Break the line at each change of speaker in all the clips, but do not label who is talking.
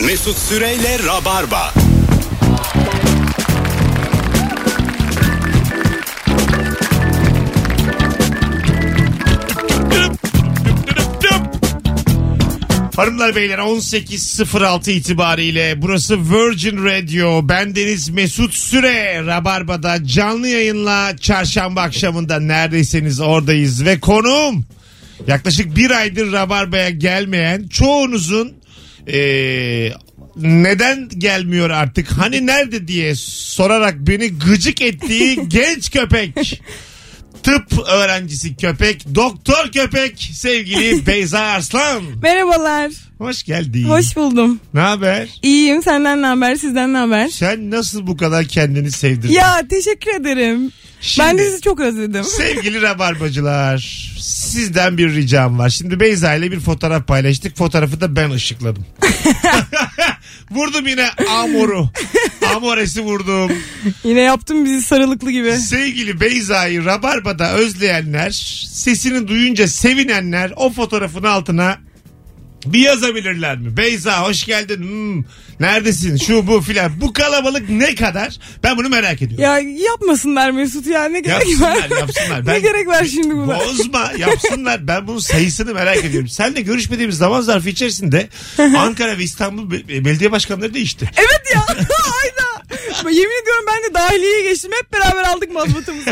Mesut Süreyle Rabarba.
Hanımlar beyler 18.06 itibariyle burası Virgin Radio. Ben Deniz Mesut Süre. Rabarba'da canlı yayınla çarşamba akşamında neredeyseniz oradayız. Ve konuğum yaklaşık bir aydır Rabarba'ya gelmeyen çoğunuzun eee, neden gelmiyor artık hani nerede diye sorarak beni gıcık ettiği genç köpek. Tıp öğrencisi köpek, doktor köpek sevgili Beyza Arslan.
Merhabalar.
Hoş geldin.
Hoş buldum.
Ne haber?
İyiyim. Senden ne haber? Sizden ne haber?
Sen nasıl bu kadar kendini sevdirdin?
Ya teşekkür ederim.
Şimdi-
Ben de sizi çok özledim.
Sevgili rabarbacılar, sizden bir ricam var. Şimdi Beyza ile bir fotoğraf paylaştık. Fotoğrafı da ben ışıkladım. vurdum yine Amor'u. Amor'esi vurdum.
Yine yaptın bizi sarılıklı gibi.
Sevgili Beyza'yı Rabarba'da özleyenler, sesini duyunca sevinenler o fotoğrafın altına bir yazabilirler mi? Beyza hoş geldin. Hmm, neredesin? Şu bu filan. Bu kalabalık ne kadar? Ben bunu merak ediyorum.
Ya yapmasınlar Mesut ya ne gerek
Yapsınlar
var?
yapsınlar.
ne gerek var şimdi buna?
Bozma yapsınlar. Ben bunun sayısını merak ediyorum. Seninle görüşmediğimiz zaman zarfı içerisinde Ankara ve İstanbul be- e, belediye başkanları değişti.
Evet ya. Ayda. Ben Yemin ediyorum ben de dahiliyeye geçtim. Hep beraber aldık mazbatamızı.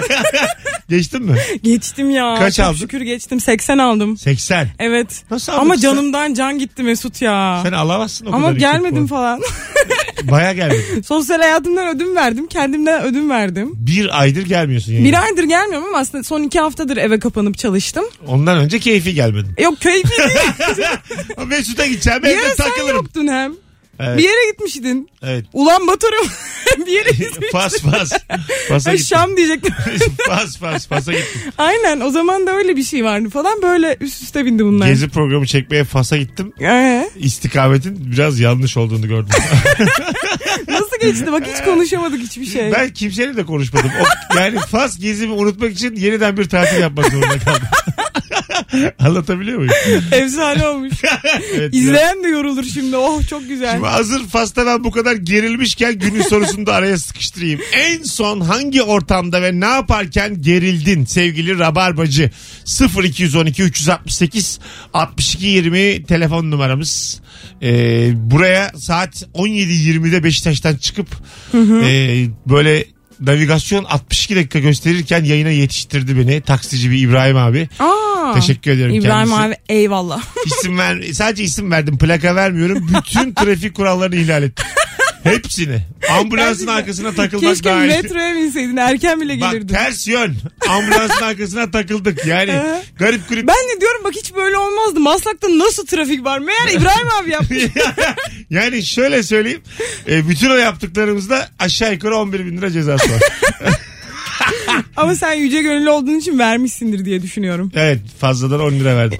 Geçtin mi?
geçtim ya.
Kaç
Çok
aldın?
Şükür geçtim. 80 aldım.
80.
Evet.
Nasıl aldın
Ama
sen?
canımdan can gitti Mesut ya.
Sen alamazsın o
Ama
kadar yüksek
gelmedim
puan.
falan.
Baya gelmedin.
Sosyal hayatımdan ödün verdim. Kendimden ödün verdim.
Bir aydır gelmiyorsun. Yani.
Bir aydır gelmiyorum ama aslında son iki haftadır eve kapanıp çalıştım. E,
Ondan önce keyfi gelmedin.
Yok keyfi değil.
Mesut'a gideceğim
bir
evde
yere sen
takılırım.
yoktun hem.
Evet.
Bir yere gitmiştin.
Evet.
Ulan Batur'um bir yere gitmiştin.
Fas fas. Fas'a
Ay,
gittim.
Şam diyecektim.
fas fas. Fas'a gittim.
Aynen o zaman da öyle bir şey vardı falan böyle üst üste bindi bunlar.
Gezi programı çekmeye Fas'a gittim.
Ee,
İstikametin biraz yanlış olduğunu gördüm.
nasıl geçti bak hiç konuşamadık hiçbir şey.
Ben kimseyle de konuşmadım. O, yani Fas gezimi unutmak için yeniden bir tatil yapmak zorunda kaldım. Anlatabiliyor muyum?
Efsane olmuş.
Evet, biraz-
İzleyen de yorulur şimdi oh çok güzel.
Şimdi hazır Fas'ta ben bu kadar gerilmişken günün sorusunu da araya sıkıştırayım. En son hangi ortamda ve ne yaparken gerildin sevgili Rabarbacı? 0212 368 62 20 telefon numaramız. Ee, buraya saat 17.20'de Beşiktaş'tan çıkıp e, böyle navigasyon 62 dakika gösterirken yayına yetiştirdi beni. Taksici bir İbrahim abi.
Aa,
Teşekkür ediyorum
İbrahim
kendisi.
abi eyvallah.
İsim ver, sadece isim verdim. Plaka vermiyorum. Bütün trafik kurallarını ihlal ettim. Hepsini. Ambulansın
Gerçekten.
arkasına takılmak
Keşke
dahil.
metroya binseydin erken bile
Bak
gelirdin.
ters yön. Ambulansın arkasına takıldık. Yani
Ee?
garip garip.
Ben de diyorum bak hiç böyle olmazdı. Maslak'ta nasıl trafik var? Meğer İbrahim abi yapmış.
yani şöyle söyleyeyim. E, bütün o yaptıklarımızda aşağı yukarı 11 bin lira cezası var.
Ama sen yüce gönüllü olduğun için vermişsindir diye düşünüyorum.
evet fazladan 10 lira verdim.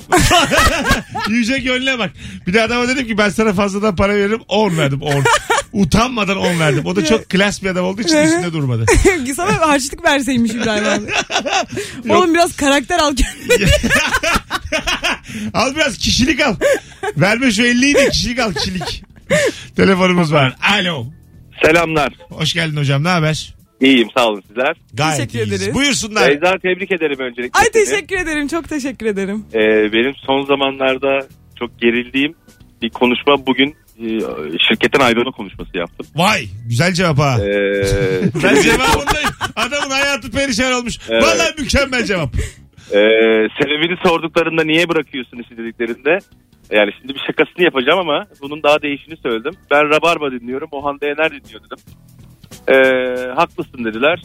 Yüce gönlüne bak. Bir de adama dedim ki ben sana fazladan para veririm 10 verdim 10. Utanmadan 10 verdim. O da çok klas bir adam olduğu için üstünde durmadı.
Sana harçlık verseymiş İbrahim abi. Oğlum biraz karakter al kendine.
Al biraz kişilik al. Verme şu 50'yi de kişilik al kişilik. Telefonumuz var. Alo.
Selamlar.
Hoş geldin hocam ne haber?
İyiyim sağ olun sizler.
Gayet
Teşekkür
iyiyiz.
ederiz.
Buyursunlar.
Beyza tebrik ederim öncelikle.
Ay
seni.
teşekkür ederim. Çok teşekkür ederim.
Ee, benim son zamanlarda çok gerildiğim bir konuşma bugün e, şirketten ayrılma konuşması yaptım.
Vay güzel cevap ha.
Ee,
Ben cevabındayım. Adamın hayatı perişan olmuş.
Evet.
Vallahi mükemmel cevap.
e, sebebini sorduklarında niye bırakıyorsun işi dediklerinde yani şimdi bir şakasını yapacağım ama bunun daha değişini söyledim. Ben Rabarba dinliyorum. O Hande Yener dinliyor dedim. Ee, haklısın dediler.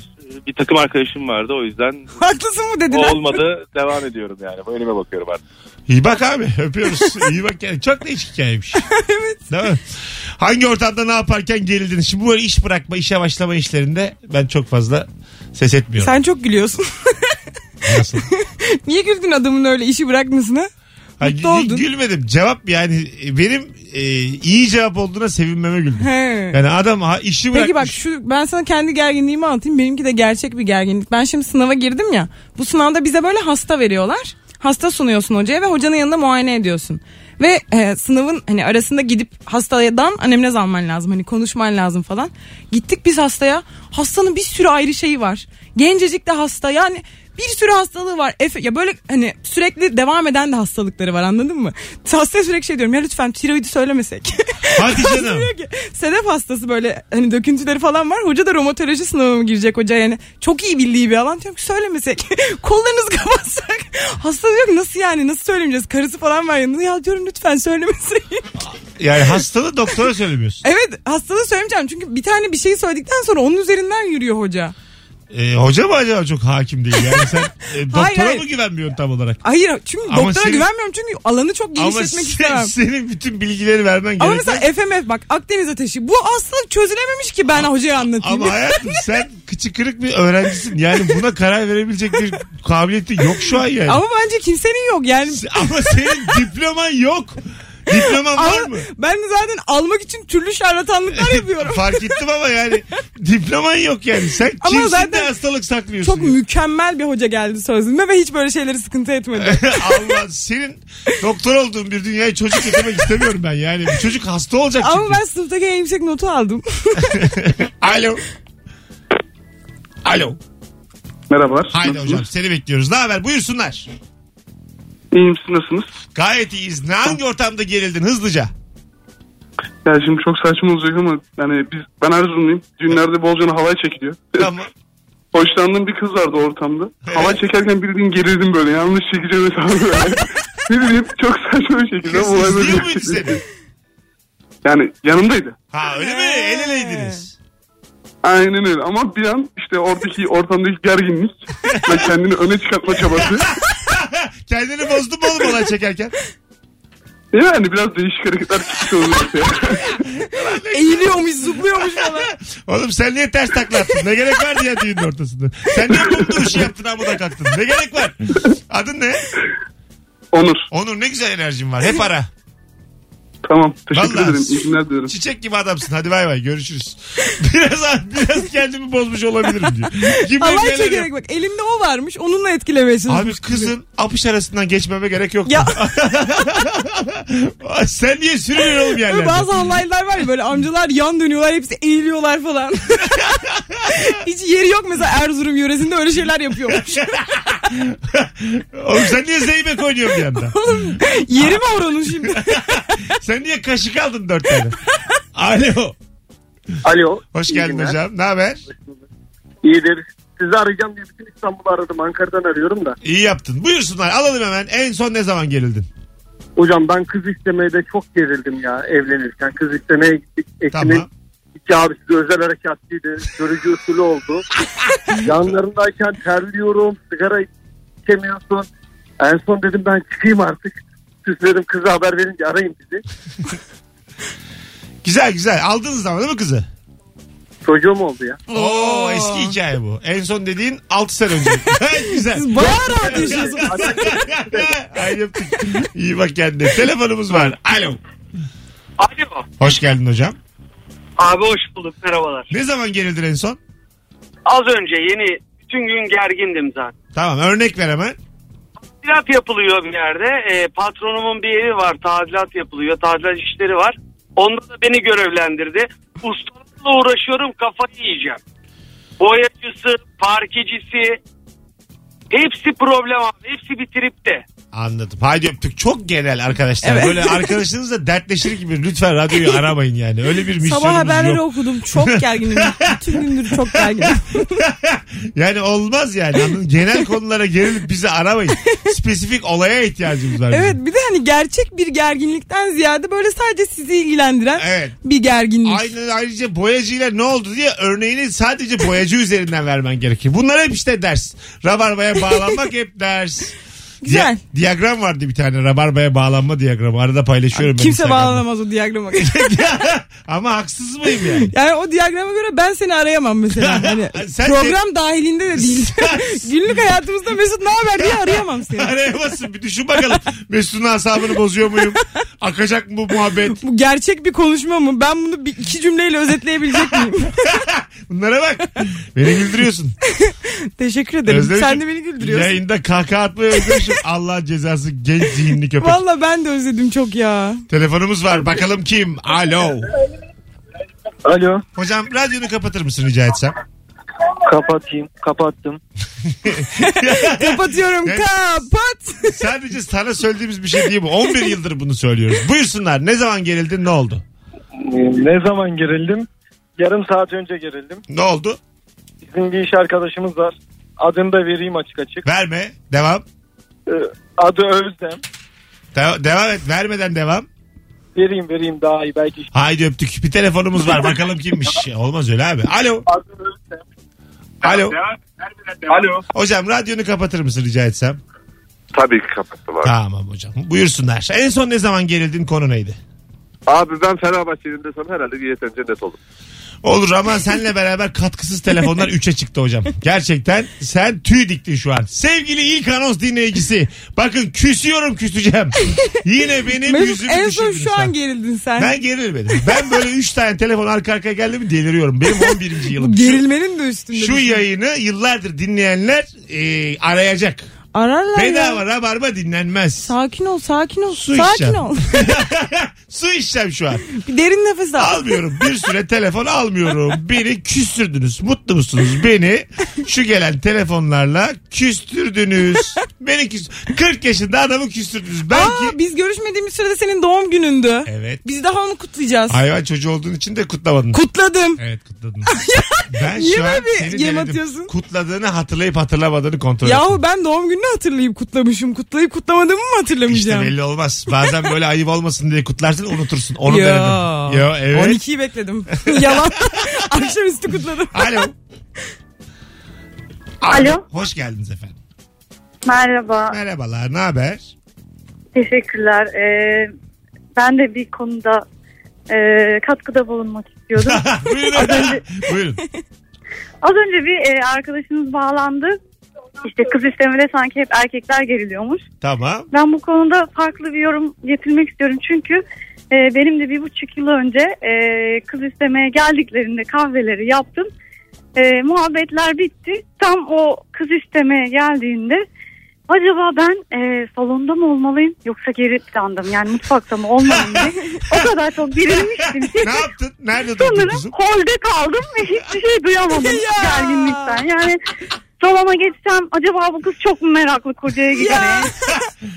Bir takım arkadaşım vardı o yüzden
Haklısın mı
o
dediler?
olmadı devam ediyorum yani. Önüme bakıyorum artık.
İyi bak abi öpüyoruz. İyi bak yani. Çok değişik hikayeymiş. evet. Değil mi? Hangi ortamda ne yaparken gerildin? Şimdi bu böyle iş bırakma, işe başlama işlerinde ben çok fazla ses etmiyorum.
Sen çok gülüyorsun.
Nasıl?
Niye güldün adamın öyle işi bırakmasına?
Ha,
Mutlu
gü-
oldun.
Gülmedim. Cevap yani e, benim e, iyi cevap olduğuna sevinmeme güldüm.
He.
Yani adam ha, işi
Peki bak
bırakmış.
şu ben sana kendi gerginliğimi anlatayım. Benimki de gerçek bir gerginlik. Ben şimdi sınava girdim ya. Bu sınavda bize böyle hasta veriyorlar. Hasta sunuyorsun hocaya ve hocanın yanında muayene ediyorsun. Ve e, sınavın hani arasında gidip hastadan anemnez alman lazım. Hani konuşman lazım falan. Gittik biz hastaya. Hastanın bir sürü ayrı şeyi var. Gencecik de hasta yani bir sürü hastalığı var. Efe, ya böyle hani sürekli devam eden de hastalıkları var anladın mı? Hastaya sürekli şey diyorum ya lütfen tiroidi söylemesek.
Hadi
Hasta
canım.
diyor ki, Sedef hastası böyle hani döküntüleri falan var. Hoca da romatoloji sınavına mı girecek hoca yani. Çok iyi bildiği bir alan. Diyorum ki söylemesek. Kollarınızı kapatsak. Hasta diyor ki nasıl yani nasıl söylemeyeceğiz? Karısı falan var yanında. Ya diyorum lütfen söylemesek.
Yani hastalığı doktora söylemiyorsun.
evet hastalığı söylemeyeceğim. Çünkü bir tane bir şeyi söyledikten sonra onun üzerinden yürüyor hoca.
Ee, hoca mı acaba çok hakim değil? Yani sen e, doktora
Hayır, hayır.
mı güvenmiyorsun tam olarak?
Hayır çünkü
Ama
doktora
senin-
güvenmiyorum çünkü alanı çok
Ama şey-
genişletmek
sen,
istemem.
senin bütün bilgileri vermen
Ama
gerekiyor.
mesela FMF bak Akdeniz ateşi bu aslında çözülememiş ki ben hocaya anlatayım.
Ama hayatım sen kıçı kırık bir öğrencisin. Yani buna karar verebilecek bir kabiliyeti yok şu an yani.
Ama
Ama,
bence kimsenin yok yani.
senin diploman yok. Diploman var
Ama
mı?
Ben de zaten almak için türlü şarlatanlıklar yapıyorum.
Fark ettim ama yani diploman yok yani. Sen
Ama
kimsin de
zaten
hastalık saklıyorsun.
Çok
ya?
mükemmel bir hoca geldi sözüme ve hiç böyle şeyleri sıkıntı etmedi.
Allah senin doktor olduğun bir dünyaya çocuk getirmek istemiyorum ben yani. Bu çocuk hasta olacak
Ama
çünkü.
ben sınıftaki en yüksek notu aldım.
Alo. Alo.
Merhabalar.
Haydi
Nasılsınız?
hocam seni bekliyoruz. Ne haber? Buyursunlar.
İyi misin nasılsınız?
Gayet iyiyiz. Ne hangi ortamda gerildin hızlıca?
Ya şimdi çok saçma olacak ama yani biz ben Erzurumluyum. Düğünlerde bolcana halay çekiliyor.
Tamam.
Hoşlandığım bir kız vardı ortamda. Halay çekerken bildiğin gerildim böyle. Yanlış çekeceğim hesabı böyle. ne bileyim çok saçma bir şekilde.
Kız
olay böyle
izliyor muydu
gerçekleşti.
seni?
Yani yanımdaydı.
Ha öyle mi? El eleydiniz.
Aynen öyle ama bir an işte oradaki ortamdaki gerginlik ve kendini öne çıkartma çabası.
Kendini bozdun mu oğlum olay çekerken?
Yani biraz değişik hareketler çıkmış olacak ya.
Eğiliyormuş, zıplıyormuş falan.
Oğlum sen niye ters takla attın? Ne gerek vardı ya düğünün ortasında? Sen niye kum duruşu yaptın amuda kalktın? Ne gerek var? Adın ne?
Onur.
Onur ne güzel enerjin var. Hep ara.
Tamam. Teşekkür
Vallahi
ederim. İyi günler diliyorum.
Çiçek gibi adamsın. Hadi bay bay görüşürüz. Biraz biraz kendimi bozmuş olabilirim diyor. Kim bilir neler
Halay
yap-
çekerek bak elimde o varmış onunla etkilemeye çalışmış.
Abi kızın apış arasından geçmeme gerek yok.
Ya
Sen niye sürünüyorsun oğlum
böyle
yerlerde?
bazı halaylar var ya böyle amcalar yan dönüyorlar hepsi eğiliyorlar falan. Hiç yeri yok mesela Erzurum yöresinde öyle şeyler yapıyormuş.
Oğlum sen niye zeybek oynuyorsun bir yandan?
Oğlum yeri mi var onun şimdi?
Sen niye kaşık aldın dört tane? Alo.
Alo.
Hoş
iyi
geldin
günler.
hocam. Ne haber?
İyidir. Sizi arayacağım diye bütün İstanbul'u aradım. Ankara'dan arıyorum da.
İyi yaptın. Buyursunlar. Alalım hemen. En son ne zaman gerildin?
Hocam ben kız istemeye de çok gerildim ya evlenirken. Kız istemeye gittik. Eşimin
Tamam.
tamam. iki abisi de özel harekatlıydı. Görücü usulü oldu. Yanlarındayken terliyorum. Sigara içemiyorsun. En son dedim ben çıkayım artık. Siz dedim kıza haber verince arayın bizi.
Güzel güzel. Aldınız zaman değil mi kızı?
Çocuğum oldu ya.
Oo eski hikaye bu. En son dediğin 6 sene önce. güzel.
Siz bayağı rahat yaşıyorsunuz.
Ay yaptık. İyi bak kendine. Telefonumuz var. Alo.
Alo.
Hoş geldin hocam.
Abi hoş bulduk merhabalar.
Ne zaman gerildin en son?
Az önce yeni bütün gün gergindim zaten.
Tamam örnek ver hemen.
Tadilat yapılıyor bir yerde. E, patronumun bir evi var. Tadilat yapılıyor. Tadilat işleri var. Onda da beni görevlendirdi. Ustalarla uğraşıyorum kafayı yiyeceğim. Boyacısı, parkecisi. Hepsi problem abi. Hepsi bitirip de.
Anladım. Haydi öptük. Çok genel arkadaşlar.
Evet.
Böyle arkadaşınızla dertleşir gibi lütfen radyoyu aramayın yani. Öyle bir misyonumuz
Sabah haberleri
yok.
okudum. Çok gerginim. Bütün gündür çok gerginim.
Yani olmaz yani. Anladın mı? Genel konulara gerilip bizi aramayın. Spesifik olaya ihtiyacımız var. bizim.
Evet bir de hani gerçek bir gerginlikten ziyade böyle sadece sizi ilgilendiren
Evet.
bir gerginlik.
Aynen ayrıca boyacıyla ne oldu diye örneğini sadece boyacı üzerinden vermen gerekir. Bunlar hep işte ders. Rabarbaya bağlanmak hep ders.
Güzel.
Diya- diyagram vardı bir tane rabarbaya bağlanma diyagramı. Arada paylaşıyorum ben
Kimse
Instagram'da.
bağlanamaz o diyagrama göre.
Ama haksız mıyım yani?
Yani o diyagrama göre ben seni arayamam mesela. Hani
Sen
program dahilinde de değil.
Sen-
Günlük hayatımızda Mesut ne haber diye arayamam seni.
Arayamazsın. Bir düşün bakalım. Mesut'un asabını bozuyor muyum? Akacak mı bu muhabbet?
Bu gerçek bir konuşma mı? Ben bunu bir, iki cümleyle özetleyebilecek miyim?
Bunlara bak. Beni güldürüyorsun.
Teşekkür ederim.
Özlemişim.
Sen de beni güldürüyorsun.
Yayında kahkaha atmayı özlemişim. Allah cezası genç zihinli köpek.
Valla ben de özledim çok ya.
Telefonumuz var. Bakalım kim? Alo.
Alo
Hocam radyonu kapatır mısın rica etsem?
kapatayım kapattım.
Kapatıyorum.
Evet.
Kapat.
Sadece sana söylediğimiz bir şey değil bu. 11 yıldır bunu söylüyoruz. Buyursunlar. Ne zaman gerildin? Ne oldu?
Ne zaman gerildim? Yarım saat önce gerildim.
Ne oldu?
Bizim bir iş arkadaşımız var. Adını da vereyim açık açık.
Verme. Devam.
Ee, Adı Özlem.
De- devam et. Vermeden devam.
Vereyim vereyim daha iyi belki.
Haydi öptük. Bir telefonumuz var. Bakalım kimmiş. Olmaz öyle abi. Alo.
Adı Özlem.
Alo.
Alo.
Hocam radyonu kapatır mısın rica etsem?
Tabii ki kapattılar.
Tamam hocam. Buyursunlar. En son ne zaman gerildin? Konu neydi?
Abi ben Fenerbahçe'nin de sana herhalde bir yeterince net oldum.
Olur ama senle beraber katkısız telefonlar 3'e çıktı hocam. Gerçekten sen tüy diktin şu an. Sevgili ilk anons dinleyicisi. Bakın küsüyorum küseceğim. Yine benim
Mesut
yüzümü
en son
düşündünüz
şu
ha.
an gerildin sen.
Ben gerilmedim. Ben böyle 3 tane telefon arka arkaya geldi mi deliriyorum. Benim 11. yılım. Şu,
Gerilmenin de üstünde.
şu
bir şey.
yayını yıllardır dinleyenler e, arayacak.
Ararlar ya.
Bedava rabarba dinlenmez.
Sakin ol sakin ol.
Su
sakin
içeceğim.
ol.
Su içeceğim şu an.
bir derin nefes al.
Almıyorum. Bir süre telefon almıyorum. Beni küstürdünüz. Mutlu musunuz? Beni şu gelen telefonlarla küstürdünüz. Beni küst 40 yaşında adamı küstürdünüz. Belki
Aa, biz görüşmediğimiz sürede senin doğum günündü.
Evet.
Biz daha onu kutlayacağız.
hayvan çocuğu olduğun için de kutlamadın.
Kutladım.
evet kutladın. ben
Niye
şu an
böyle bir
seni
yem
denedim.
atıyorsun?
Kutladığını hatırlayıp hatırlamadığını kontrol et.
Yahu ben doğum gününü hatırlayıp kutlamışım. Kutlayıp kutlamadığımı mı
İşte
hatırlamayacağım?
belli olmaz. Bazen böyle ayıp olmasın diye kutlarsın unutursun. Onu
Yo.
denedim. Yo, evet.
12'yi bekledim. Yalan. Akşamüstü kutladım.
Alo.
Alo.
Hoş geldiniz efendim.
Merhaba.
Merhabalar. Ne haber?
Teşekkürler. Ee, ben de bir konuda e, katkıda bulunmak istiyordum.
Buyurun. Buyurun.
Az önce bir e, arkadaşınız bağlandı. İşte kız istemede sanki hep erkekler geriliyormuş.
Tamam.
Ben bu konuda farklı bir yorum getirmek istiyorum. Çünkü e, benim de bir buçuk yıl önce e, kız istemeye geldiklerinde kahveleri yaptım. E, muhabbetler bitti. Tam o kız istemeye geldiğinde acaba ben e, salonda mı olmalıyım yoksa geri plandım yani mutfakta mı olmalıyım diye. o kadar çok gerilmiştim ki.
ne yaptın? Nerede durdun
Sanırım
kızım?
holde kaldım ve hiçbir şey duyamadım
Ya.
gerginlikten. Yani salona geçsem acaba bu kız çok mu meraklı kocaya
Ya.
gitmeye?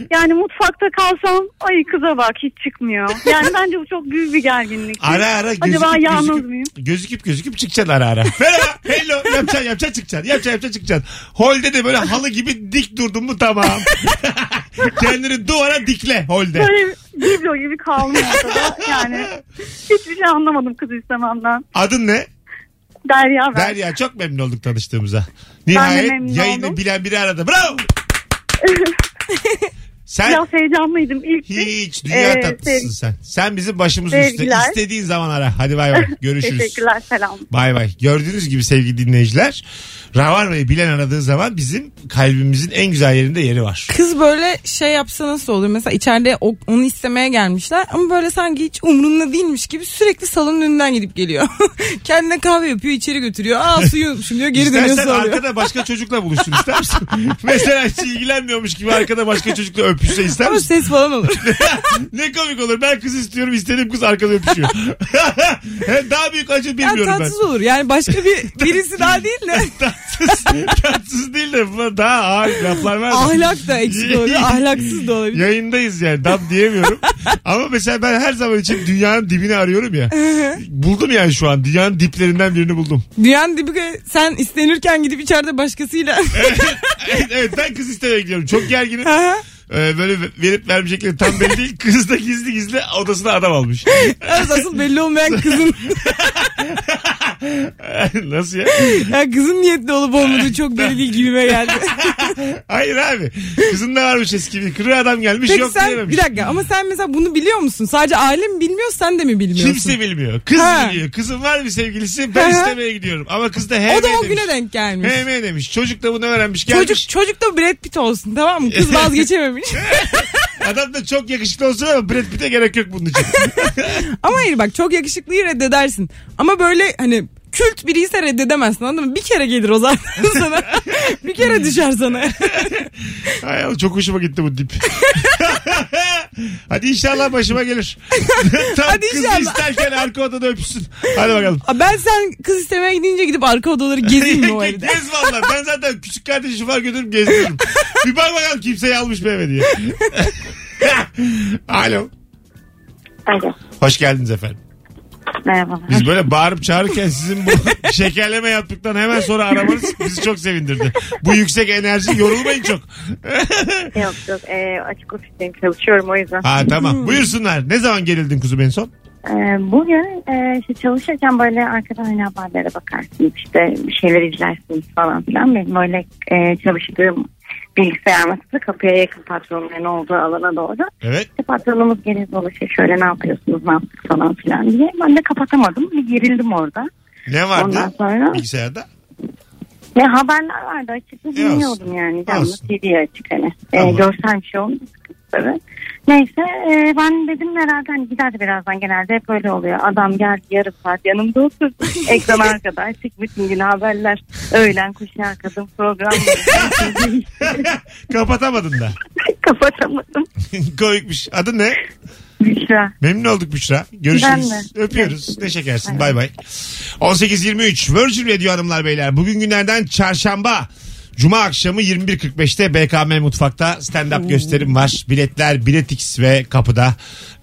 yani mutfakta kalsam ay kıza bak hiç çıkmıyor. Yani bence bu çok büyük bir gerginlik.
Ara ara gözüküp
Acaba yalnız
gözüküp,
mıyım?
gözüküp gözüküp çıkacaksın ara ara. Merhaba. Hello. Yapacaksın yapacaksın çıkacaksın. Yapacaksın yapacaksın çıkacaksın. Holde de böyle halı gibi dik durdun mu tamam. Kendini duvara dikle holde.
Böyle biblo gibi kalmış ortada. Yani hiçbir şey anlamadım kız istememden.
Adın ne?
Derya ben.
Derya çok memnun olduk tanıştığımıza. Nihayet
memnun
yayını
oldum.
bilen biri aradı. Bravo. Sen
Biraz heyecanlıydım ilk.
hiç dünya
Ee,
tatlısın
sev-
sen. Sen bizim başımızın üstü.
Sevgiler.
İstediğin zaman ara. Hadi bay bay. Görüşürüz.
Teşekkürler selam.
Bay bay. Gördüğünüz gibi sevgili dinleyiciler. Ravarva'yı bilen aradığı zaman bizim kalbimizin en güzel yerinde yeri var.
Kız böyle şey yapsa nasıl olur? Mesela içeride o- onu istemeye gelmişler ama böyle sanki hiç umrunda değilmiş gibi sürekli salonun önünden gidip geliyor. Kendine kahve yapıyor içeri götürüyor. Aa suyu unutmuşum diyor geri dönüyor
İstersen
soruyor.
arkada başka çocukla buluşsun ister misin? Mesela hiç ilgilenmiyormuş gibi arkada başka çocukla öpüşse ister
Ama
misin?
ses falan olur.
ne komik olur. Ben kız istiyorum istediğim kız arkada öpüşüyor. Daha büyük acı
Yani
bilmiyorum ben.
tatsız olur. Yani başka bir birisi daha değil de
Tatsız, tatsız değil de buna daha ağır laflar var. da.
ahlak da eksik olur. Ahlaksız da olabilir.
Yayındayız yani dam diyemiyorum. Ama mesela ben her zaman için dünyanın dibini arıyorum ya. buldum yani şu an dünyanın diplerinden birini buldum.
Dünyanın dibi sen istenirken gidip içeride başkasıyla.
evet, evet ben kız istemeye gidiyorum. Çok gerginim.
Aha.
Ee, böyle verip vermeyecekleri tam belli değil. Kız da gizli gizli odasına adam almış.
Evet, asıl belli olmayan kızın
Nasıl ya?
ya kızın niyetli olup olmadığı çok belli değil gibime geldi.
şey Hayır abi. Kızın da varmış eski bir kırı adam gelmiş
Peki
yok
sen
diyememiş.
bir dakika ama sen mesela bunu biliyor musun? Sadece aile mi bilmiyor sen de mi bilmiyorsun?
Kimse bilmiyor. Kız
Ha.
biliyor. Kızın var bir sevgilisi ben
Aha.
istemeye gidiyorum. Ama kız da HM
O da o
demiş.
güne denk gelmiş.
HM demiş. Çocuk da bunu öğrenmiş gelmiş.
Çocuk, çocuk da Brad Pitt olsun tamam mı? Kız vazgeçememiş.
Adam da çok yakışıklı olsun ama Brad Pitt'e gerek yok bunun için.
ama hayır bak çok yakışıklıyı reddedersin. Ama böyle hani kült biriyse reddedemezsin anladın mı? Bir kere gelir o zaten sana. bir kere düşer sana.
Hay Allah, çok hoşuma gitti bu dip. Hadi inşallah başıma gelir. Tam
Hadi
kızı
inşallah.
isterken arka odada öpsün. Hadi bakalım.
Aa, ben sen kız istemeye gidince gidip arka odaları gezeyim mi o evde?
Gez valla. Ben zaten küçük kardeşi şoför götürüp gezdiririm. Bir bak bakalım kimseyi almış mı eve diye. Alo.
Alo.
Hoş geldiniz efendim.
Merhabalar.
Biz böyle bağırıp çağırırken sizin bu şekerleme yaptıktan hemen sonra aramanız bizi çok sevindirdi. Bu yüksek enerji yorulmayın çok.
Yok yok e, açık ofisteyim çalışıyorum o yüzden.
Ha tamam. Buyursunlar. Ne zaman gerildin kuzum en son?
E, bugün e, işte çalışırken böyle arkadan hani haberlere bakarsınız işte bir şeyler izlersiniz falan filan. Benim böyle e, çalıştığım bilgisayar masası kapıya yakın patronların olduğu alana doğru.
Evet.
İşte patronumuz gelir dolaşır şöyle ne yapıyorsunuz ne yaptık falan filan diye. Ben de kapatamadım ve gerildim orada.
Ne vardı
Ondan sonra
bilgisayarda?
Ya haberler vardı açıkçası
E, olsun.
dinliyordum yani canlı
Olsun.
TV'ye açık hani. E,
Tamam.
görsel bir şey olmuş tabii. Neyse e, ben dedim herhalde hani gider birazdan genelde hep öyle oluyor. Adam geldi yarım saat yanımda otur. Ekran arkada açık bütün gün haberler. Öğlen kuşağı kadın program.
Kapatamadın da.
Kapatamadım.
Komikmiş. Adı ne?
Büşra.
Memnun olduk Büşra. Görüşürüz.
Ben
Öpüyoruz. Ne şekersin. Bay bay. 18.23 Virgin Radio Hanımlar Beyler. Bugün günlerden çarşamba. Cuma akşamı 21.45'te BKM Mutfak'ta stand-up gösterim var. Biletler Biletix ve kapıda.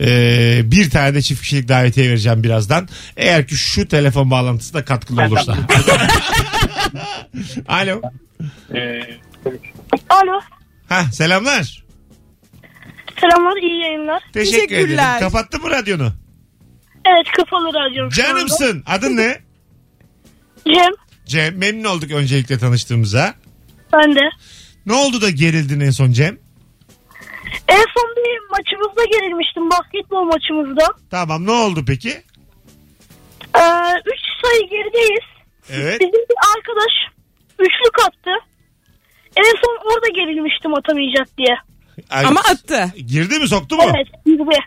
Ee, bir tane de çift kişilik davetiye vereceğim birazdan. Eğer ki şu telefon bağlantısı da katkılı olursa. Alo.
Alo.
Ha selamlar.
Selamlar iyi yayınlar.
Teşekkür ederim.
Teşekkürler.
Kapattın mı radyonu?
Evet kafalı radyom.
Canımsın. Adın ne?
Cem.
Cem memnun olduk öncelikle tanıştığımıza.
Ben de.
Ne oldu da gerildin en son Cem?
En son bir maçımızda gerilmiştim basketbol maçımızda.
Tamam ne oldu peki?
3 Ee, sayı gerideyiz.
Evet.
Bizim bir arkadaş üçlük attı. En son orada gerilmiştim atamayacak diye.
Ay,
Ama attı.
girdi mi soktu mu?
Evet gibi.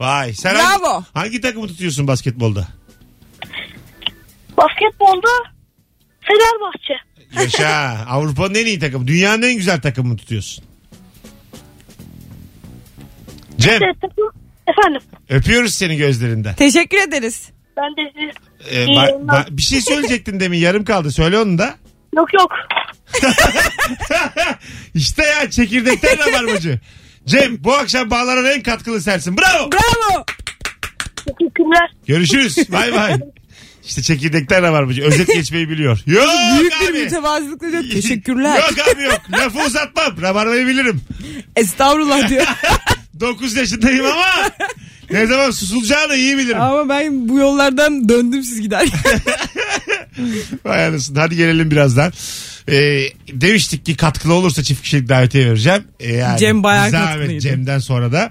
Vay. Sen
Bravo.
Hangi, hangi takımı tutuyorsun basketbolda?
Basketbolda Fenerbahçe.
Yaşa. Avrupa'nın en iyi takımı. Dünyanın en güzel takımını tutuyorsun. Cem
Evet, takım- Efendim
öpüyoruz seni gözlerinden.
Teşekkür ederiz.
ben de sizi...
Ee, ba- ba- bir şey söyleyecektin demin yarım kaldı. Söyle onu da.
Yok yok.
İşte ya çekirdekten rabarbacı. Cem bu akşam bağlanan en katkılı sensin. Bravo.
Bravo.
Teşekkürler.
Görüşürüz. Bay bay. İşte çekirdekler var mı? Özet geçmeyi biliyor. Yok
Büyük
abi.
bir mütevazılıkla diyor. Teşekkürler.
Yok abi yok. Lafı uzatmam. Rabarbayı bilirim.
Estağfurullah diyor.
9 yaşındayım ama ne zaman susulacağını iyi bilirim.
Ama ben bu yollardan döndüm siz gider.
Vay anasını. Hadi gelelim birazdan. Ee, demiştik ki katkılı olursa çift kişilik davetiye vereceğim. Ee, yani
Cem bayağı
zahmet
katkılıydı.
Cem'den sonra da.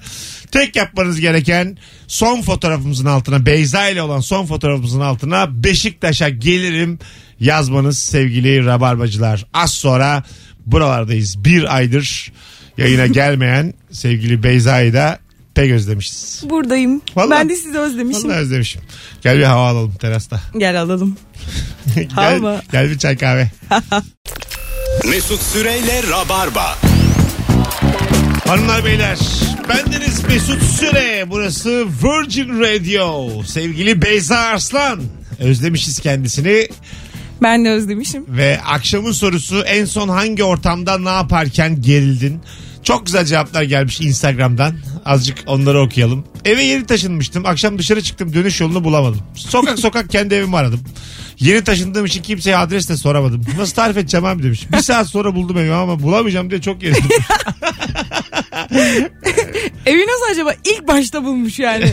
Tek yapmanız gereken son fotoğrafımızın altına Beyza ile olan son fotoğrafımızın altına Beşiktaş'a gelirim yazmanız sevgili Rabarbacılar. Az sonra buralardayız. Bir aydır yayına gelmeyen sevgili Beyza'yı da pek özlemişiz.
Buradayım.
Vallahi-
ben de sizi özlemişim.
Vallahi özlemişim. Gel bir hava alalım terasta.
Gel alalım.
gel,
Hava.
gel bir çay kahve.
Mesut Süreyle Rabarba.
Hanımlar beyler bendeniz Mesut Süre burası Virgin Radio sevgili Beyza Arslan özlemişiz kendisini
Ben de özlemişim.
ve akşamın sorusu en son hangi ortamda ne yaparken gerildin çok güzel cevaplar gelmiş Instagram'dan azıcık onları okuyalım eve yeni taşınmıştım akşam dışarı çıktım dönüş yolunu bulamadım sokak sokak kendi evimi aradım Yeni taşındığım için kimseye adres de soramadım. Nasıl tarif edeceğim abi demiş. Bir saat sonra buldum evimi ama bulamayacağım diye çok gerildim.
Evi nasıl acaba? İlk başta bulmuş yani.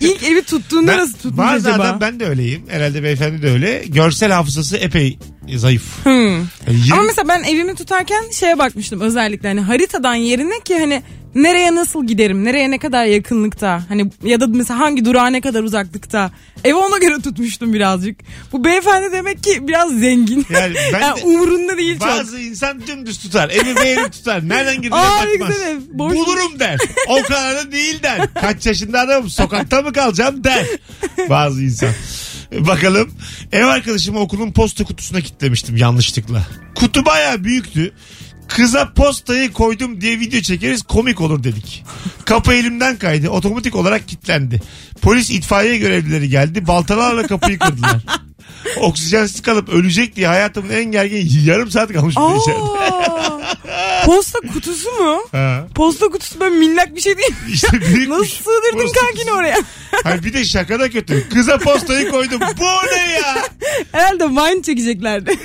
İlk evi tuttuğunda
Ben-
nasıl tutmuş
bazı
acaba?
adam ben de öyleyim. Herhalde beyefendi de öyle. Görsel hafızası epey zayıf.
Hmm.
Yani yirmi-
Ama mesela ben evimi tutarken şeye bakmıştım özellikle hani haritadan yerine ki hani nereye nasıl giderim, nereye ne kadar yakınlıkta hani ya da mesela hangi durağa ne kadar uzaklıkta evi ona göre tutmuştum birazcık. Bu beyefendi demek ki biraz zengin.
Yani
Yani,
ben de-
umurunda değil çok.
bazı insan dümdüz tutar. Evi beğeni tutar. Nereden girdiğine
Aa, ne
bakmaz.
güzel ev. Boş-
Bulurum der. O kadar da değil der. Kaç yaşında adamım sokakta mı kalacağım der. Bazı insan. Bakalım. Ev arkadaşımı okulun posta kutusuna kilitlemiştim yanlışlıkla. Kutu baya büyüktü. Kıza postayı koydum diye video çekeriz komik olur dedik. Kapı elimden kaydı. Otomatik olarak kilitlendi. Polis itfaiye görevlileri geldi. Baltalarla kapıyı kırdılar. Oksijensiz kalıp ölecek diye hayatımın en gergin yarım saat kalmış bir şey- de içeride.
Aa, posta kutusu mu?
Ha.
Posta kutusu böyle minnak bir şey değil.
İşte büyükmüş.
Nasıl sığdırdın
Posta
kankini oraya?
Hayır bir de şaka da kötü. Kıza postayı koydum. Bu ne ya?
Herhalde wine çekeceklerdi.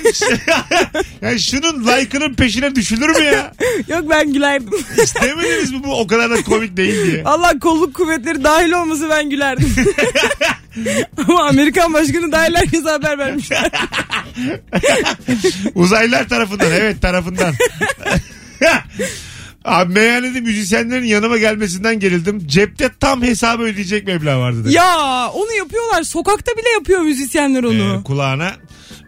Yani şunun like'ının peşine düşülür mü ya?
Yok ben gülerdim.
İstemediniz mi bu o kadar da komik değil diye.
Allah kolluk kuvvetleri dahil olması ben gülerdim. Ama Amerikan başkanı dahil herkese haber vermişler.
Uzaylılar tarafından evet tarafından. Abi meyhanede müzisyenlerin yanıma gelmesinden gerildim. Cepte tam hesabı ödeyecek meblağ vardı. dedi.
ya onu yapıyorlar. Sokakta bile yapıyor müzisyenler onu.
Ee, kulağına.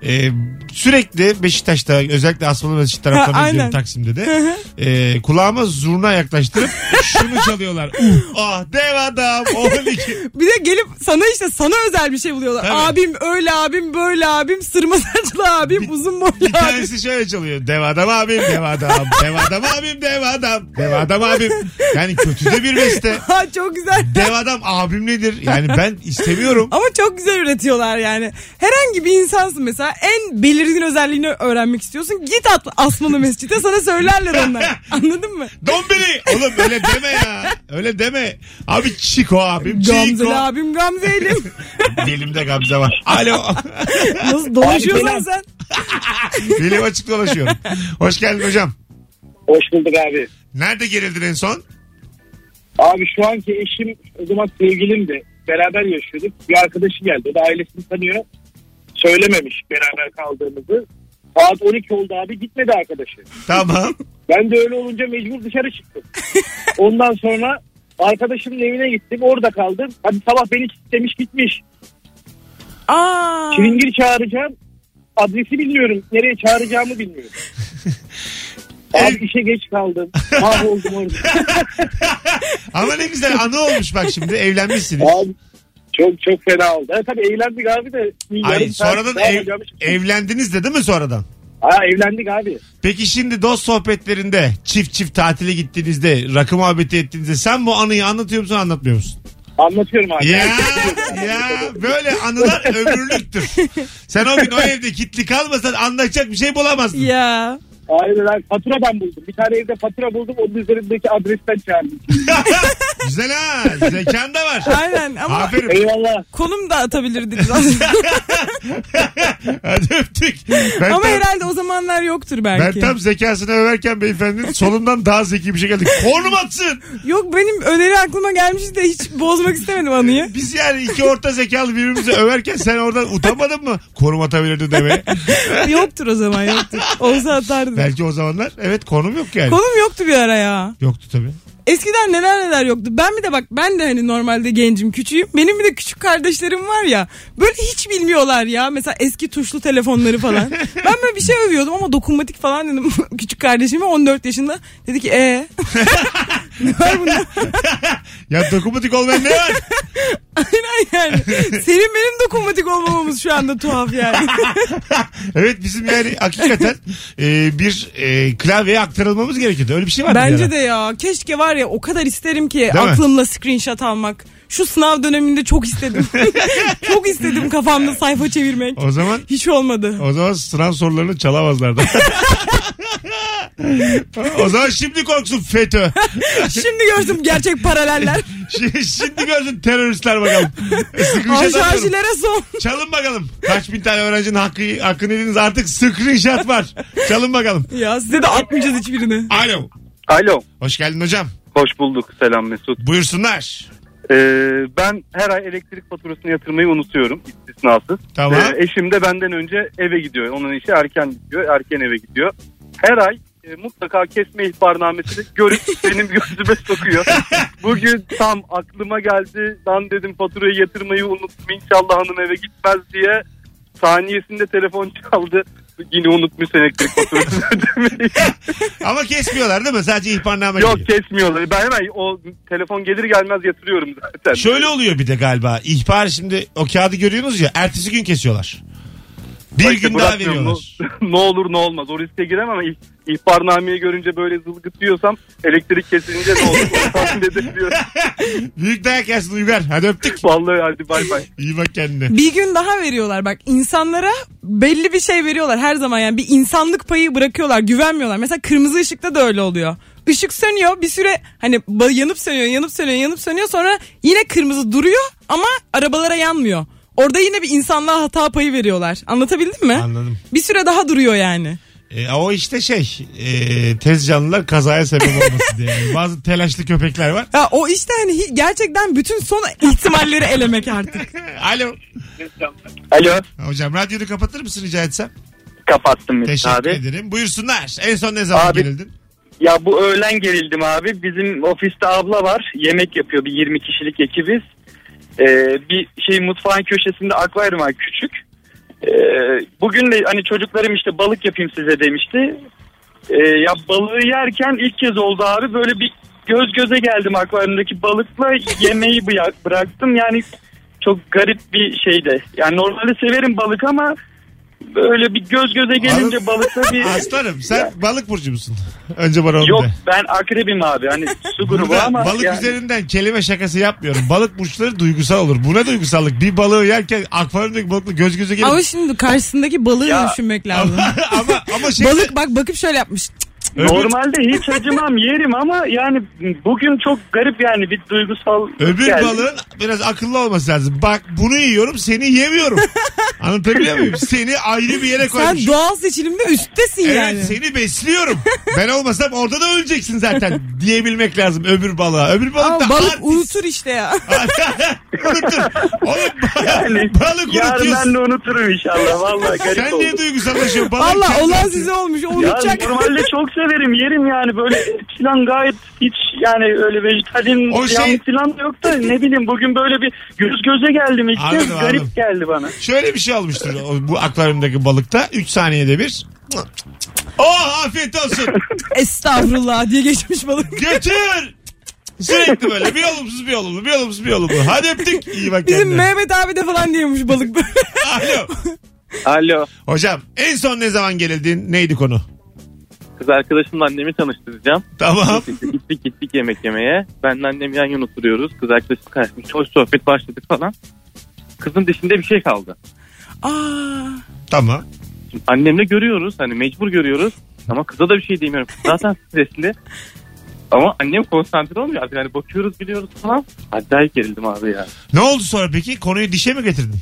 Ee, sürekli Beşiktaş'ta özellikle Asmalı Mescid
Ha,
taraflarına
aynen.
gidiyorum Taksim'de de. Ee, kulağıma zurna yaklaştırıp şunu çalıyorlar. Uh, ah dev adam 12.
Bir de gelip sana işte sana özel bir şey buluyorlar.
Tabii.
Abim öyle abim böyle abim sırma saçlı abim uzun boylu
Bir
abim.
tanesi şöyle çalıyor. Dev adam abim, dev adam, dev adam abim, dev adam, dev adam abim. Yani kötü de bir beste.
Ha çok güzel.
Dev adam abim nedir? Yani ben istemiyorum.
Ama çok güzel üretiyorlar yani. Herhangi bir insansın mesela en belirgin özelliğini öğrenmek istiyorsun. Git at Asmalı Mescid'e sana söylerler onlar. Anladın mı?
Dombili. Oğlum öyle deme ya. Öyle deme. Abi Çiko abim, Çiko.
Gamzeli abim Gamzelim.
Dilimde Gamze var. Alo.
Nasıl dolaşıyorsan sen?
Dilim açık dolaşıyorum. Hoş geldin hocam.
Hoş bulduk abi.
Nerede gerildin en son?
Abi şu anki eşim o zaman sevgilimdi. Beraber yaşıyorduk. Bir arkadaşı geldi. O da ailesini tanıyor. Söylememiş beraber kaldığımızı. Saat 12 oldu abi gitmedi arkadaşı.
Tamam.
Ben de öyle olunca mecbur dışarı çıktım. Ondan sonra arkadaşımın evine gittim. Orada kaldım. Hadi sabah beni istemiş gitmiş.
Aa.
Çilingir çağıracağım. Adresi bilmiyorum. Nereye çağıracağımı bilmiyorum. Abi işe geç kaldım. Mahvoldum orada.
Ama ne güzel anı olmuş bak şimdi evlenmişsiniz.
Abi çok çok fena oldu. Ha, tabii eğlendik abi de. bir
Ay,
yarım saat
sonradan
daha
ev-
olacağımı çıktı.
evlendiniz de değil mi sonradan?
Ha, evlendik abi.
Peki şimdi dost sohbetlerinde çift çift tatile gittiğinizde rakı muhabbeti ettiğinizde sen bu anıyı anlatıyor musun anlatmıyor musun?
Anlatıyorum abi.
Ya ya böyle anılar ömürlüktür. Sen o gün o evde kitli kalmasan anlatacak bir şey bulamazdın.
Ya.
Aynen abi. Fatura ben buldum. Bir tane evde fatura buldum. Onun üzerindeki adresten çağırdım.
Güzel ha zekan da var.
Aynen ama
Aferin.
Eyvallah.
konum da atabilirdiniz aslında.
Hadi öptük. Ben
ama
tam,
herhalde o zamanlar yoktur
ben
belki.
tam zekasını överken beyefendinin solundan daha zeki bir şey geldi. Konum atsın.
Yok benim öneri aklıma gelmiş de hiç bozmak istemedim anıyı.
Biz yani iki orta zekalı birbirimizi överken sen oradan utanmadın mı? Konum atabilirdi demeye.
yoktur o zaman yoktur. Olsa atardım.
Belki o zamanlar evet konum yok yani.
Konum yoktu bir ara ya.
Yoktu tabii.
Eskiden neler neler yoktu. Ben bir de bak ben de hani normalde gencim küçüğüm. Benim bir de küçük kardeşlerim var ya. Böyle hiç bilmiyorlar ya. Mesela eski tuşlu telefonları falan. ben böyle bir şey övüyordum ama dokunmatik falan dedim. küçük kardeşime 14 yaşında. Dedi ki ee? ne var bunda?
Ya dokunmatik olmayan ne var?
Aynen yani. Senin benim dokunmatik olmamamız şu anda tuhaf yani.
Evet bizim yani hakikaten e, bir e, klavyeye aktarılmamız gerekiyordu. Öyle bir şey var.
Bence de ya. Keşke var ya o kadar isterim ki
mi?
aklımla screenshot almak. Şu sınav döneminde çok istedim. çok istedim kafamda sayfa çevirmek.
O zaman
Hiç olmadı.
o zaman sınav sorularını çalamazlardı. o zaman şimdi korksun FETÖ.
Şimdi gördüm gerçek paraleller.
Şi- şimdi görsün teröristler bakalım. E,
şey
Screenshot atıyorum.
Anşarjilere son.
Çalın bakalım. Kaç bin tane öğrencinin hakkı, hakkını yediniz artık screenshot var. Çalın bakalım.
Ya size de atmayacağız hiçbirini.
Alo.
Alo.
Hoş geldin hocam.
Hoş bulduk. Selam Mesut.
Buyursunlar.
Ee, ben her ay elektrik faturasını yatırmayı unutuyorum istisnasız.
Tamam.
Ee, eşim de benden önce eve gidiyor. Onun işi erken gidiyor. Erken eve gidiyor. Her ay e, mutlaka kesme ihbarnamesini görüp benim gözüme sokuyor. Bugün tam aklıma geldi. Lan dedim faturayı yatırmayı unuttum. İnşallah hanım eve gitmez diye. Saniyesinde telefon çaldı. Yine unutmuş elektrik faturasını ödemeyi.
Ama kesmiyorlar değil mi? Sadece ihbarname
Yok
geliyor.
kesmiyorlar. Ben hemen o telefon gelir gelmez yatırıyorum zaten.
Şöyle oluyor bir de galiba. İhbar şimdi o kağıdı görüyorsunuz ya. Ertesi gün kesiyorlar. Bir
Başka
gün daha
bırakmıyorum.
veriyorlar.
Ne, ne olur ne olmaz. O riske giremem ama ih- ihbarnameyi görünce böyle zılgıtıyorsam elektrik kesilince ne olur onu tahmin edebiliyorum.
Büyük dayak yersin Uygar. Hadi öptük.
Vallahi hadi bay bay.
İyi bak kendine.
Bir gün daha veriyorlar bak insanlara belli bir şey veriyorlar her zaman yani bir insanlık payı bırakıyorlar güvenmiyorlar. Mesela kırmızı ışıkta da öyle oluyor. Işık sönüyor bir süre hani ba- yanıp sönüyor yanıp sönüyor yanıp sönüyor sonra yine kırmızı duruyor ama arabalara yanmıyor. Orada yine bir insanlığa hata payı veriyorlar. Anlatabildim mi?
Anladım.
Bir süre daha duruyor yani.
E, o işte şey e, tez canlılar kazaya sebep olmasın diye. Yani Bazı telaşlı köpekler var.
Ya o işte hani hi- gerçekten bütün son ihtimalleri elemek artık.
Alo.
Alo
Hocam radyonu kapatır mısın rica etsem?
kapattım Mesut
Teşekkür
abi.
ederim. Buyursunlar. En son ne zaman
Abi.
gerildin?
Ya bu öğlen gerildim abi. Bizim ofiste abla var. Yemek yapıyor bir 20 kişilik ekibiz. Ee, bir şey mutfağın köşesinde akvaryum var küçük. Ee, bugün de hani çocuklarım işte balık yapayım size demişti. Ee, ya balığı yerken ilk kez oldu abi. Böyle bir göz göze geldim akvaryumdaki balıkla yemeği bıya- bıraktım. Yani çok garip bir şeydi. Yani normalde severim balık ama böyle bir göz göze gelince balıkla bir...
Aslanım sen balık burcu musun? Önce bana onu
Yok
de.
ben akrebim abi hani su grubu
Burada
ama
balık
yani-
üzerinden kelime şakası yapmıyorum. Balık burçları duygusal olur. Bu ne duygusallık? Bir balığı yerken akvaryumdaki balıkla göz göze gelip...
Ama şimdi karşısındaki balığı
Ya.
düşünmek lazım.
ama, ama, ama şey...
Balık bak bakıp şöyle yapmış.
Öbür,
normalde hiç acımam yerim ama yani bugün çok garip yani bir duygusal
öbür
geldi.
balığın biraz akıllı olması lazım. Bak bunu yiyorum seni yemiyorum. Anlatabiliyor muyum? Seni ayrı bir yere koymuşum.
Sen doğal seçilimde üsttesin
Evet
yani.
seni besliyorum. Ben olmasam orada da öleceksin zaten diyebilmek lazım öbür balığa. Öbür balık da
Ama balık
artist.
unutur işte ya.
Unutur. Oğlum ba- balık
Yarın ben
unutuyorsun.
de unuturum inşallah vallahi garip
Sen
oldu.
niye duygusallaşıyorsun? Balık
Valla
kendi
olan
atıyor.
size olmuş o
Ya
unutacak.
normalde çok severim yerim yani böyle et filan gayet hiç yani öyle vejetaryen
O şey-
şey... filan da yok da ne bileyim bugün böyle bir göz göze geldim işte
Anladım,
garip
anladım.
geldi bana.
Şöyle bir şey olmuştur o- bu akvaryumdaki balıkta. 3 saniyede bir. Oh afiyet olsun.
Estağfurullah diye geçmiş balık.
Götür. Sürekli böyle bir olumsuz bir olumlu bir olumsuz bir olumlu. Hadi öptük. İyi bak
Bizim
kendine.
Mehmet abi de falan diyormuş balık böyle.
Alo.
Alo.
Hocam en son ne zaman gerildin? Neydi konu?
Kız arkadaşımla annemi tanıştıracağım.
Tamam.
İşte gittik gittik yemek yemeye. Ben de annem yan yana oturuyoruz. Kız arkadaşım kaçmış. Hoş sohbet başladık falan. Kızın dişinde bir şey kaldı.
Aa,
Tamam.
Şimdi annemle görüyoruz. Hani mecbur görüyoruz. Ama kıza da bir şey demiyorum. Kız zaten stresli. Ama annem konsantre olmuyor. Artık hani bakıyoruz biliyoruz falan. Acayip gerildim abi ya.
Ne oldu sonra peki? Konuyu dişe mi getirdin?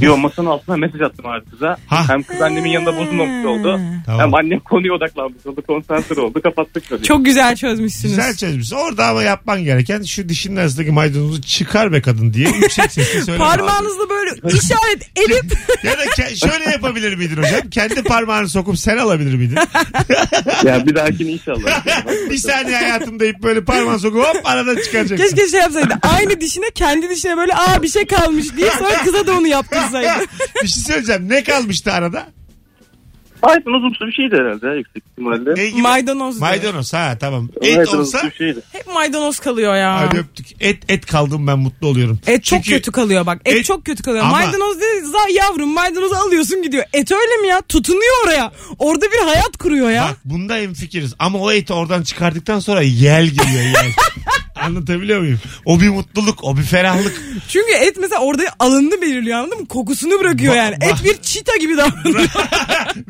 Yo masanın altına mesaj attım abi kıza.
Ha.
Hem kız annemin yanında bozulmamış oldu.
Tamam.
Hem annem konuya odaklanmış oldu. Konsantre oldu. Kapattık böyle.
çok güzel çözmüşsünüz.
Güzel çözmüşsün. Orada ama yapman gereken şu dişinin arasındaki maydanozu çıkar be kadın diye yüksek sesle söyle.
Parmağınızla böyle işaret edip
ya da ke- şöyle yapabilir miydin hocam? Kendi parmağını sokup sen alabilir miydin?
Ya bir dahakine inşallah.
bir saniye hayatım deyip böyle parmağını sokup hop aradan çıkaracaksın.
keşke şey yapsaydı. Aynı dişine kendi dişine böyle aa bir şey kalmış diye sonra kıza da onu yaptırsaydı.
bir şey söyleyeceğim. Ne kalmıştı arada?
Python uzunsu bir şeydi herhalde ya, yüksek ihtimalle.
Ne gibi?
maydanoz. diyor.
Maydanoz ha tamam.
Evet,
Et
uzunsu
olsa
bir şeydi.
Hep maydanoz kalıyor ya.
hadi öptük. Et et kaldım ben mutlu oluyorum.
Et çok
Çünkü-
kötü kalıyor bak. Et,
Et-
çok kötü kalıyor.
Ama-
Maydanoz dedi "Za- yavrum maydanozu alıyorsun gidiyor. Et öyle mi ya? Tutunuyor oraya. Orada bir hayat kuruyor ya.
Bak bunda en fikiriz. Ama o eti oradan çıkardıktan sonra yel giriyor yel. Anlatabiliyor muyum? O bir mutluluk, o bir ferahlık.
Çünkü et mesela orada alındı belirliyor anladın mı? Kokusunu bırakıyor
Ba-
yani.
ba-
Et bir çita gibi davranıyor.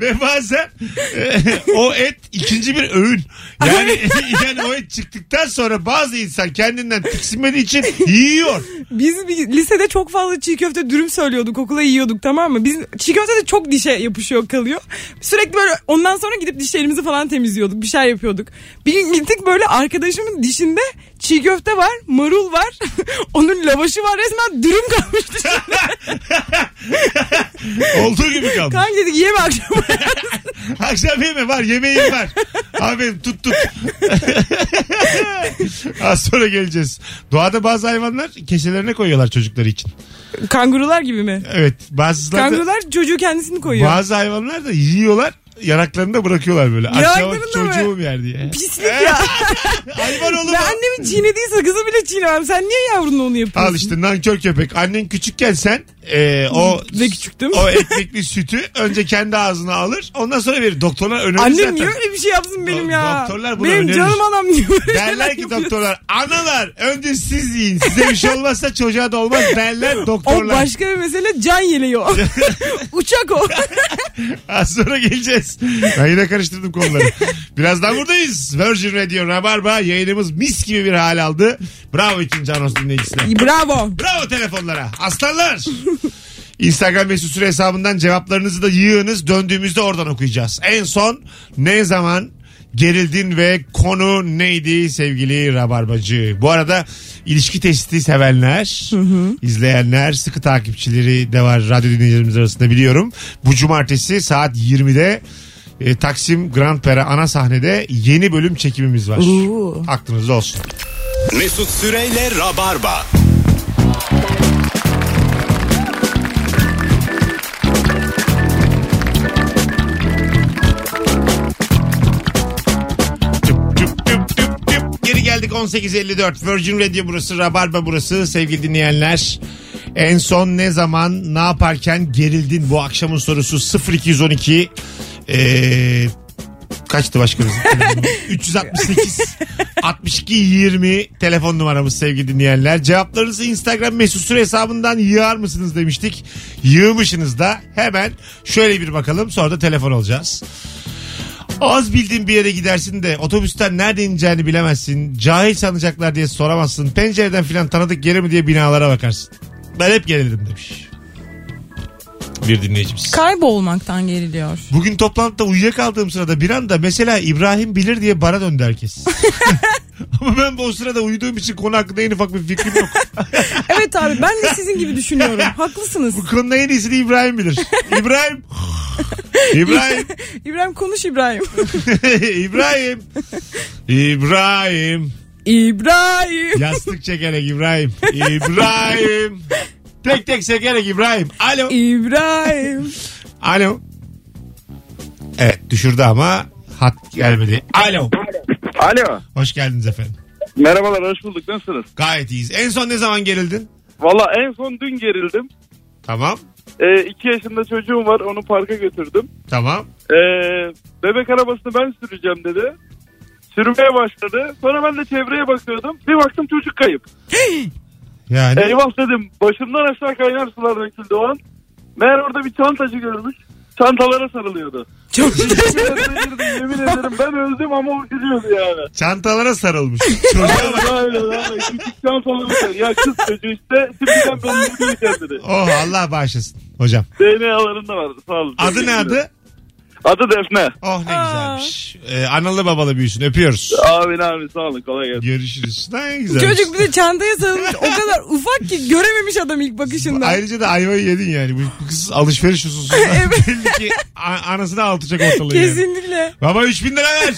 Ve bazen e, o et ikinci bir öğün. Yani, yani o et çıktıktan sonra bazı insan kendinden tiksinmediği için yiyor.
Biz bir lisede çok fazla çiğ köfte dürüm söylüyorduk okula yiyorduk tamam mı? Biz çiğ köfte de çok dişe yapışıyor kalıyor. Sürekli böyle ondan sonra gidip dişlerimizi falan temizliyorduk bir şeyler yapıyorduk. Bir gün gittik böyle arkadaşımın dişinde çiğ köfte var marul var. Onun lavaşı var resmen dürüm kalmış dişinde.
Olduğu gibi kaldı.
Kanka dedik yeme akşam.
Akşam yemeği var, yemeği var. Aferin tut tut. Az sonra geleceğiz. Doğada bazı hayvanlar keselerine koyuyorlar çocukları için.
Kangurular gibi mi?
Evet bazıları da-
Kangurular çocuğu kendisini koyuyor.
bazı hayvanlar da yiyorlar yanaklarında bırakıyorlar böyle. Aşağı bak
Yanaklarında mı?
çocuğum yer diye.
Pislik ya.
Hayvan Ee, oğlum.
ben annemin çiğnediği sakızı bile çiğnemem. Sen niye yavrunla onu yapıyorsun?
Al işte nankör köpek. Annen küçükken sen e, o
Ne küçüktüm.
o ekmekli sütü önce kendi ağzına alır. Ondan sonra verir. Doktorlar önerir zaten.
Annem niye öyle bir şey yapsın benim
Do-
ya?
doktorlar bunu
benim
önerir.
canım anam niye böyle şeyler
Derler ki
yapıyor?
doktorlar analar önce siz yiyin. Size bir şey olmazsa çocuğa da olmaz derler
O
doktorlar.
başka bir mesele can yeleği o. Uçak o.
Az sonra geleceğiz. Ben yine karıştırdım konuları. Birazdan buradayız. Virgin Radio Rabarba yayınımız mis gibi bir hal aldı. Bravo için Canos dinleyicisine.
Bravo.
Bravo telefonlara. Aslanlar. Instagram mesut süre hesabından cevaplarınızı da yığınız. Döndüğümüzde oradan okuyacağız. En son ne zaman gerildin ve konu neydi sevgili Rabarbacı? Bu arada ilişki testi sevenler, izleyenler, sıkı takipçileri de var radyo dinleyicilerimiz arasında biliyorum. Bu cumartesi saat 20'de e, Taksim Grand Pera ana sahnede yeni bölüm çekimimiz var.
Oo.
Aklınızda olsun.
Mesut Süreyle Rabarba.
Tüp tüp tüp tüp tüp. Geri geldik 18.54 Virgin Radio burası Rabarba burası sevgili dinleyenler. En son ne zaman ne yaparken gerildin bu akşamın sorusu 0212 ee, kaçtı başka şey? bizim telefonumuz? 368 62 20 telefon numaramız sevgili dinleyenler. Cevaplarınızı Instagram mesut süre hesabından yığar mısınız demiştik. Yığmışsınız da hemen şöyle bir bakalım sonra da telefon alacağız. Az bildiğin bir yere gidersin de otobüsten nerede ineceğini bilemezsin. Cahil sanacaklar diye soramazsın. Pencereden filan tanıdık yeri mi diye binalara bakarsın. Ben hep gerildim demiş. Bir dinleyicimiz.
Kaybolmaktan geriliyor.
Bugün toplantıda uyuyakaldığım sırada bir anda mesela İbrahim bilir diye bana döndü herkes. Ama ben bu o sırada uyuduğum için konu hakkında en ufak bir fikrim yok.
Evet abi ben de sizin gibi düşünüyorum. Haklısınız.
Bu konuda en iyisini İbrahim bilir. İbrahim. İbrahim.
İbrahim konuş İbrahim.
İbrahim. İbrahim.
İbrahim.
Yastık çekerek İbrahim. İbrahim. Tek tek çekerek İbrahim. Alo.
İbrahim.
Alo. Evet düşürdü ama hat gelmedi. Alo.
Alo.
Hoş geldiniz efendim.
Merhabalar hoş bulduk nasılsınız?
Gayet iyiyiz. En son ne zaman gerildin?
Valla en son dün gerildim.
Tamam.
Ee, iki yaşında çocuğum var onu parka götürdüm.
Tamam.
Ee, bebek arabasını ben süreceğim dedi. Sürmeye başladı. Sonra ben de çevreye bakıyordum. Bir baktım çocuk kayıp.
Yani
Eyvah dedim. Başımdan aşağı kaynar sular döküldü o an. Meğer orada bir çantacı görmüş. Çantalara sarılıyordu.
Çok
Yemin ederim, yemin ederim ben öldüm ama o gülüyordu yani.
çantalara sarılmış. Çocuğa bak.
Aynen aynen. Küçük çantaları sarılıyor. Ya kız çocuğu işte. Şimdiden ben bunu göreceğim dedi.
Oh Allah bağışlasın hocam.
DNA'larında vardı sağ olun.
Adı ne adı?
Adı Defne.
Oh ne
Aa.
güzelmiş. Ee, analı babalı büyüsün öpüyoruz.
Abin abi sağ olun kolay gelsin.
Görüşürüz. Ne güzel.
Çocuk bir de çantaya sarılmış. O kadar ufak ki görememiş adam ilk bakışında.
Ayrıca da ayvayı yedin yani. Bu bu kız alışveriş hususundan belli ki a- anasını alacak ortalığı yani.
Kesinlikle.
Baba 3000 lira ver.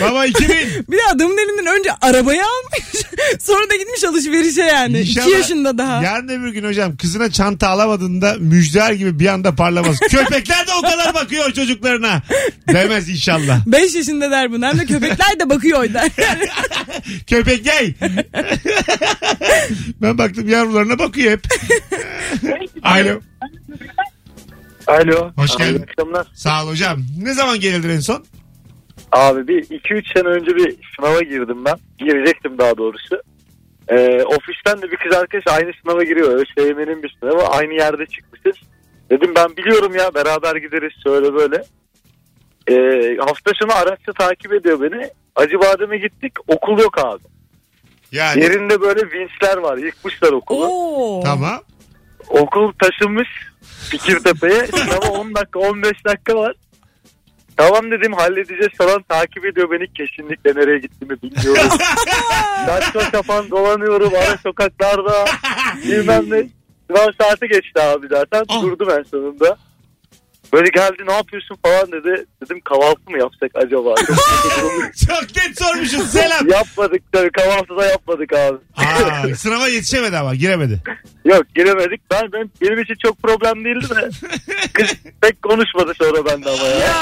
Baba 2000.
Bir de adamın elinden önce arabayı almış. Sonra da gitmiş alışverişe yani.
İnşallah-
2 yaşında daha.
Yarın öbür gün hocam kızına çanta alamadığında müjder gibi bir anda parlamaz. Köpekler de o kadar bakıyor çocuklarına. Demez inşallah.
5 yaşında der bunu. Hem de köpekler de bakıyor der.
Köpek gel. ben baktım yavrularına bakıyor hep. Alo.
Alo.
Hoş geldin.
İyi akşamlar.
Sağ ol hocam. Ne zaman gelildin en son?
Abi bir 2-3 sene önce bir sınava girdim ben. Girecektim daha doğrusu. Ee, ofisten de bir kız arkadaş aynı sınava giriyor. ÖSYM'nin bir sınavı. Aynı yerde çıkmışız. Dedim ben biliyorum ya beraber gideriz şöyle böyle. Ee, hafta sonu araçta takip ediyor beni. Acıbadem'e gittik okul yok abi.
Yani.
Yerinde böyle vinçler var yıkmışlar okulu.
Oo.
Tamam.
Okul taşınmış Fikirtepe'ye. Sınava 10 dakika 15 dakika var. Tamam dedim halledeceğiz falan takip ediyor beni kesinlikle nereye gittiğimi bilmiyorum. Saçma sapan dolanıyorum ara sokaklarda bilmem ne. Sınav saati geçti abi zaten
Ah.
durdum en sonunda.
Böyle geldi ne yapıyorsun falan dedi. Dedim kahvaltı mı yapsak acaba? Çok sıkıldım.
Çok net sormuşsun selam.
yapmadık tabii kahvaltı da yapmadık abi.
Aa, sınava yetişemedi ama giremedi.
Yok giremedik. Ben, ben benim için çok problem değildi de. Kız pek konuşmadı sonra bende ama ya.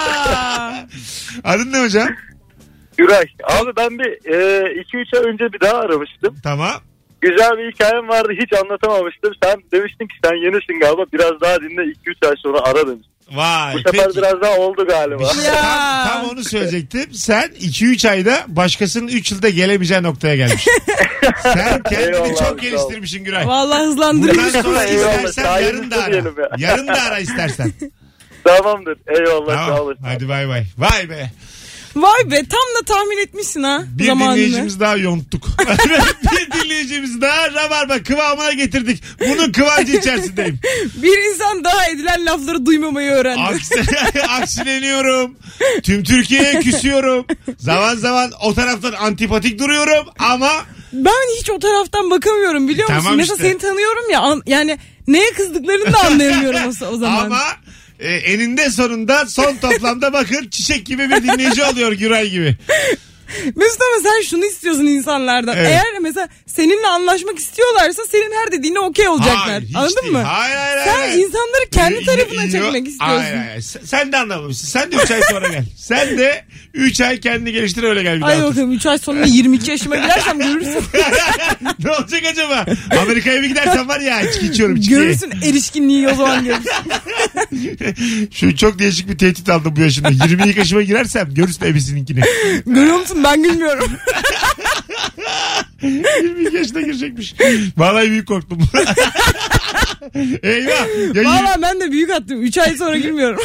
Adın ne hocam?
Güray. Abi ben bir 2-3 ay önce bir daha aramıştım.
Tamam.
Güzel bir hikayem vardı hiç anlatamamıştım. Sen demiştin ki sen yenisin galiba biraz daha dinle 2-3 ay sonra ara demiştin.
Vay.
Bu sefer
peki.
biraz daha oldu
Bir
galiba.
şey- tam, tam onu söyleyecektim. Sen 2-3 ayda başkasının 3 yılda gelemeyeceği noktaya gelmişsin. Sen kendini
Eyvallah, sağ ol.
çok geliştirmişsin Güray.
Vallahi
Bundan
hızlandırmış.
sonra
Eyvallah,
istersen
daha
yarın
iyisi
da ara.
diyelim ya.
Yarın da ara istersen.
Tamamdır. Eyvallah sağ
tamam.
olasın.
Hadi bay bay. Vay be.
Vay be tam da tahmin etmişsin ha
Bir
zamanını.
dinleyicimiz daha yonttuk. bir dinleyicimiz daha rabarba kıvamına getirdik. Bunun kıvancı içerisindeyim.
Bir insan daha edilen lafları duymamayı öğrendi.
Aksi, aksileniyorum. Tüm Türkiye'ye küsüyorum. Zaman zaman o taraftan antipatik duruyorum ama
Ben hiç o taraftan bakamıyorum biliyor musun?
Tamam
Mesela
işte.
seni tanıyorum ya an- yani neye kızdıklarını da anlayamıyorum o, o zaman.
ama e, eninde sonunda son toplamda bakın çiçek gibi bir dinleyici oluyor Güray gibi.
Mesut ama sen şunu istiyorsun insanlardan.
Evet.
Eğer mesela seninle anlaşmak istiyorlarsa senin her dediğine okey olacaklar.
Hayır, hiç
Anladın
değil.
mı?
Hayır hayır
Sen
hayır.
insanları kendi tarafına
Yo-
çekmek istiyorsun.
Hayır, hayır. Sen- Sen de anlamamışsın. Sen de 3 ay sonra gel. Sen de 3 ay kendini geliştir öyle gel bir
Ay
daha. otur.
bakalım 3 ay sonra 22 yaşıma girersem görürsün.
ne olacak acaba? Amerika'ya bir gidersen var ya içki içiyorum içki.
görürsün erişkinliği o zaman görürsün.
Şu çok değişik bir tehdit aldım bu yaşında. 22 yaşıma girersem görürsün ebisininkini.
Görüyor musun ben gülmüyorum.
22 yaşına girecekmiş. Vallahi büyük korktum. Eyvah. Ya yirmi-
Valla ben de büyük attım 3 ay sonra gülmüyorum.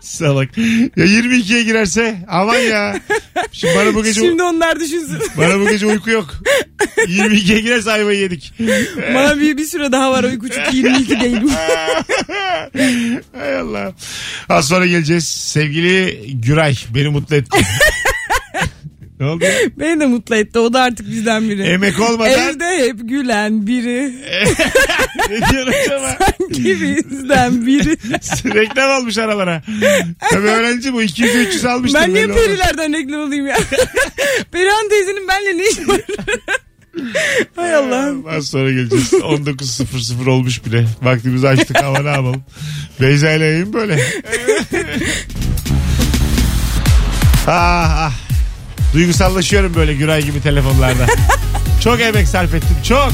Salak. Ya 22'ye girerse aman ya. Şimdi bana bu gece
Şimdi onlar düşünsün.
bana bu gece uyku yok. 22'ye girerse ayvayı yedik.
Bana bir, bir süre daha var uyku çünkü 22 değil bu.
Hay Allah. Az sonra geleceğiz. Sevgili Güray beni mutlu etti. ne oldu? ya?
Beni de mutlu etti o da artık bizden biri.
Emek olmadan
Evde hep gülen biri.
ne diyor acaba?
Sanki bizden biri.
Reklam almış aralara. Tabii öğrenci bu 200-300 almıştır.
ben niye
belli olmaz.
perilerden reklam olayım ya? Perihan teyzenin benle ne işi var? Hay Allah'ım.
Ee, Az sonra geleceğiz. 19.00 olmuş bile. Vaktimizi açtık ama ne yapalım. Beyza ile yayın böyle. ah, ah. Duygusallaşıyorum böyle Güray gibi telefonlarda. çok emek sarf ettim çok.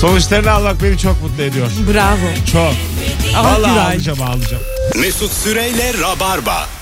Sonuçlarını almak beni çok mutlu ediyor.
Bravo.
Çok.
Ah
Vallahi
Güray.
ağlayacağım ağlayacağım.
Mesut Süreyle Rabarba.